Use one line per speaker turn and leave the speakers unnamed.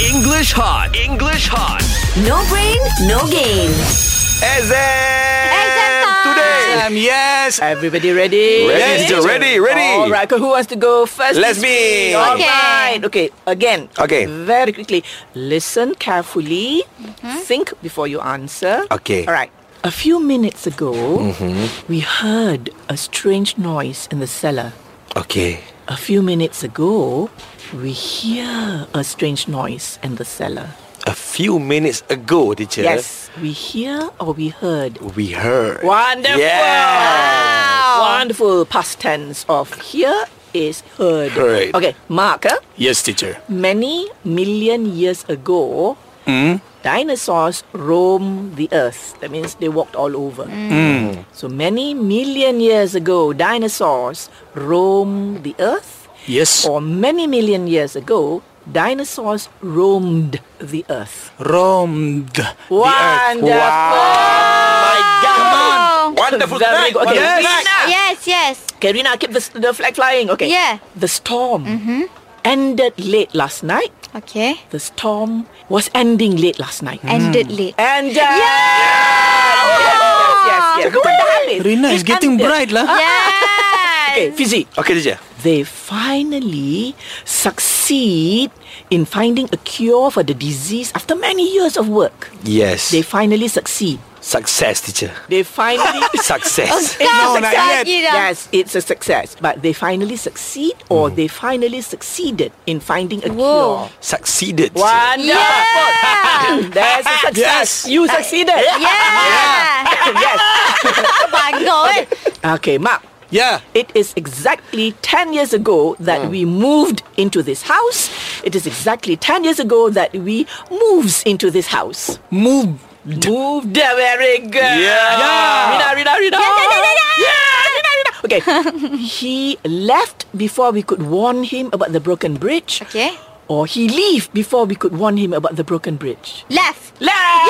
English hot. English hot.
No brain, no game.
Exam!
Exam time.
Today!
Um, yes.
Everybody ready?
Ready, teacher, ready, ready.
All right, who wants to go first?
Let's be.
All
Okay.
right. Okay, again.
Okay.
Very quickly. Listen carefully.
Mm-hmm.
Think before you answer.
Okay. Mm-hmm.
All right. A few minutes ago, we heard a strange noise in the cellar.
Okay.
A few minutes ago, we hear a strange noise in the cellar.
A few minutes ago, teacher.
Yes, we hear or we heard.
We heard.
Wonderful.
Yeah.
Wonderful past tense of here is heard.
Heard.
Okay, Mark, eh?
Yes, teacher.
many million years ago, dinosaurs roamed the earth. That means they walked all over. So many million years ago, dinosaurs roamed the earth.
Yes.
Or many million years ago, dinosaurs roamed the earth.
Roamed.
Wonderful.
My God. Come
on.
Wonderful
Very
tonight.
good. Okay,
Wonderful
yes.
tonight.
Yes, yes.
Okay, Rina, keep the, the flag flying. Okay.
Yeah.
The storm ended late last night.
Okay.
The storm was ending late last night.
Ended late.
And uh, yes, yes, yes. Kau dah habis.
Rina is getting
Under.
bright lah.
Yes.
Okay, Fizi.
Okay, teacher.
They finally succeed in finding a cure for the disease after many years of work.
Yes.
They finally succeed.
Success, teacher.
They finally
Success.
Oh, It's a
No, not
success.
yet. Tidak.
Yes, it's a success. But they finally succeed
Mm.
or they finally succeeded in finding a cure.
Whoa.
Succeeded. teacher.
Wonderful.
Yeah.
That's a success. You succeeded.
Yeah.
yes.
Bangga eh.
Okay, Mark.
Yeah.
It is exactly 10 years ago that we moved into this house. It is exactly 10 years ago that we moves into this house.
Move.
Moved. Very good.
Yeah.
Rina, Rina, Rina.
yeah, yeah, yeah, yeah.
Rina, Rina. Okay. he left before we could warn him about the broken bridge.
Okay.
Or he leave before we could warn him about the broken bridge.
Left.
Left.